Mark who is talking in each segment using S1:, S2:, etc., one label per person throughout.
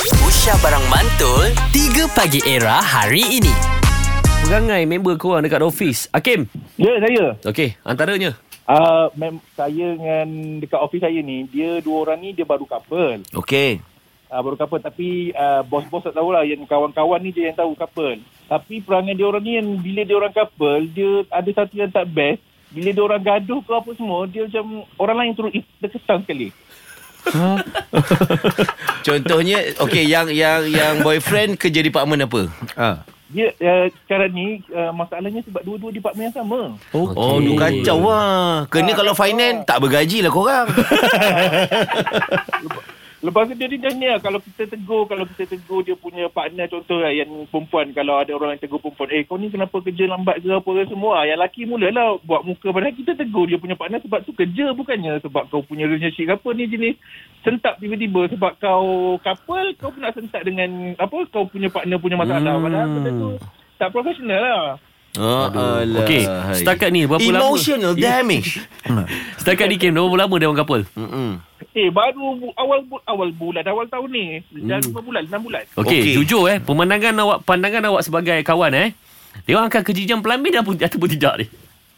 S1: Aisyah Barang Mantul 3 Pagi Era hari ini
S2: Perangai member korang dekat office Hakim
S3: Ya, saya.
S2: Okey antaranya
S3: Uh, mem- saya dengan dekat office saya ni, dia dua orang ni dia baru couple.
S4: Okey.
S3: Uh, baru couple tapi uh, bos-bos tak tahulah yang kawan-kawan ni dia yang tahu couple. Tapi perangai dia orang ni yang bila dia orang couple, dia ada satu yang tak best. Bila dia orang gaduh ke apa semua, dia macam orang lain turut is- terkesan sekali.
S4: Contohnya okey yang yang yang boyfriend kerja department apa? Ha.
S3: Dia uh, sekarang ni uh, masalahnya sebab dua-dua departmen yang sama.
S4: Okay. Oh,
S2: Okey.
S4: tu kacau lah. Kena kalau finance tak bergaji lah korang.
S3: Lepas tu dia ni dah ni lah, kalau kita tegur, kalau kita tegur dia punya partner contoh lah, yang perempuan, kalau ada orang yang tegur perempuan, eh kau ni kenapa kerja lambat ke apa ke semua lah. Yang lelaki mulalah buat muka, padahal kita tegur dia punya partner sebab tu kerja bukannya sebab kau punya relationship ke apa ni jenis sentap tiba-tiba sebab kau couple, kau pula sentap dengan apa kau punya partner punya masalah. Hmm. Padahal benda tu tak profesional lah.
S4: Oh, alah.
S2: Okey setakat ni berapa lama Ya.
S4: Emotional damage.
S2: Setakat ni Kim berapa lama dia orang couple
S4: Mm-mm.
S3: Eh baru bu- awal bu- awal bulan, awal tahun ni. Dah hmm. bulan, 6 bulan.
S2: Okey okay.
S4: Okey.
S2: jujur eh pemandangan awak pandangan awak sebagai kawan eh dia orang akan kerja jam pelamin ataupun, ataupun tidak ni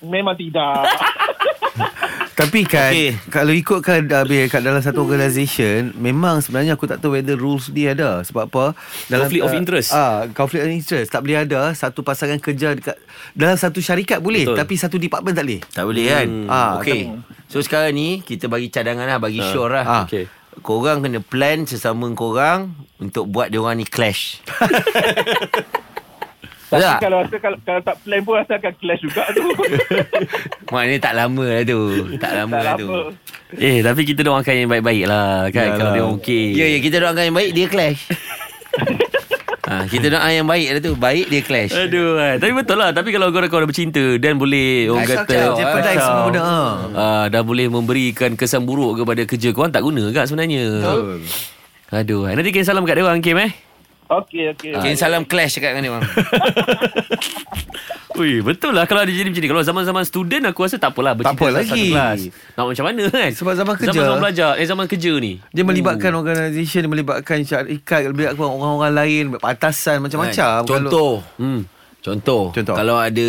S3: Memang tidak.
S5: Tapi kan
S4: Okey.
S5: okay. Kalau ikutkan Habis kat dalam satu organisation Memang sebenarnya Aku tak tahu whether rules dia ada Sebab apa
S2: Conflict of interest.
S5: Ah, uh, Conflict of interest Tak boleh ada Satu pasangan kerja dekat Dalam satu syarikat boleh
S2: Betul.
S5: Betul. Tapi satu department tak boleh
S4: Tak boleh kan?
S5: Ah,
S4: okey. So sekarang ni kita bagi cadangan lah, bagi sure lah.
S5: Ah.
S2: Okey.
S4: Korang kena plan sesama korang untuk buat dia orang ni clash.
S3: Tapi
S4: Tak.
S3: kalau rasa kalau, kalau tak plan pun rasa akan clash juga tu.
S4: Maknanya tak lama lah tu. Tak lama
S3: tak
S4: lah tu.
S3: lama.
S2: Eh tapi kita doakan yang baik-baik lah kan Yalah. Kalau dia okey
S4: Ya ya kita doakan yang baik dia clash. ha, kita doa yang baik lah tu. Baik dia clash.
S2: Aduh eh. Tapi betul lah Tapi kalau korang korang bercinta Dan boleh Orang kata
S5: Kacau, kacau, jeopardize
S2: kacau.
S5: semua benda, ah.
S2: Ah, Dah boleh memberikan kesan buruk Kepada kerja korang Tak guna kan sebenarnya Aduh eh. Nanti kirim salam kat dia orang Kim eh
S3: Okey, okey.
S4: Okay, salam clash dekat dengan dia bang.
S2: Ui, betul lah kalau dia jadi macam ni. Kalau zaman-zaman student aku rasa tak apalah bercinta
S5: apa
S2: dalam
S5: lagi.
S2: satu kelas. Nak macam mana kan?
S5: Sebab zaman kerja.
S2: Zaman-zaman belajar, eh zaman kerja ni.
S5: Dia melibatkan
S4: Oh.
S5: organisation Dia melibatkan syarikat dia Melibatkan orang-orang lain Atasan macam-macam
S4: Kan. Contoh.
S2: Hmm.
S4: Contoh,
S5: Contoh.
S4: Kalau ada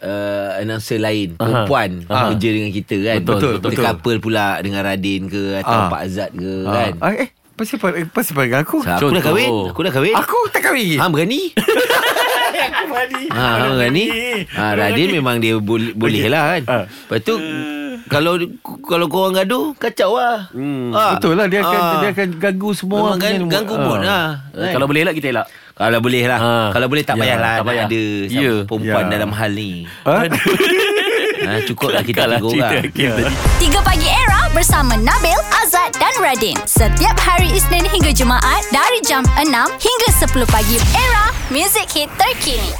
S4: uh, Announcer lain
S2: Aha.
S4: Perempuan
S2: Aha.
S4: Kerja dengan kita kan
S2: Betul,
S4: Dia
S2: betul,
S5: betul.
S4: couple pula Dengan Radin ke Atau
S5: Ah.
S4: Pak Azad ke
S5: Kalau,
S4: kan
S5: ah, Eh Pasal apa eh, Pasal apa dengan aku
S4: so, Aku dah
S2: Contoh.
S4: kahwin Aku dah kahwin
S5: Aku tak kahwin
S4: Ha berani Ha ha berani Ha Radin memang dia boleh, boleh lah kan Lepas tu Kalau Kalau korang gaduh Kacau lah
S2: Hmm.
S4: Ah.
S5: Betul lah Dia akan
S4: Ah.
S5: Dia akan ganggu semua
S4: Memang
S5: orang
S4: gan,
S5: punya-
S4: ganggu
S5: ah.
S4: mood lah
S2: Right. Kalau boleh elak kita elak.
S4: Kalau boleh lah
S2: Ha.
S4: Kalau boleh tak
S2: Ya,
S4: payahlah
S2: tak
S4: tak
S2: payah.
S4: payah. Ada sama
S2: Ya.
S4: perempuan
S5: Ya.
S4: dalam hal ni
S5: Ah?
S4: ha, Cukup lah kita
S2: Kelakar lah
S4: tiga
S2: cerita
S4: orang
S2: Hakim
S5: Ya.
S2: tadi.
S6: 3 Pagi Era bersama Nabil, Azad dan Radin. Setiap hari Isnin hingga Jumaat dari jam 6 hingga 10 pagi. Era, music hit terkini.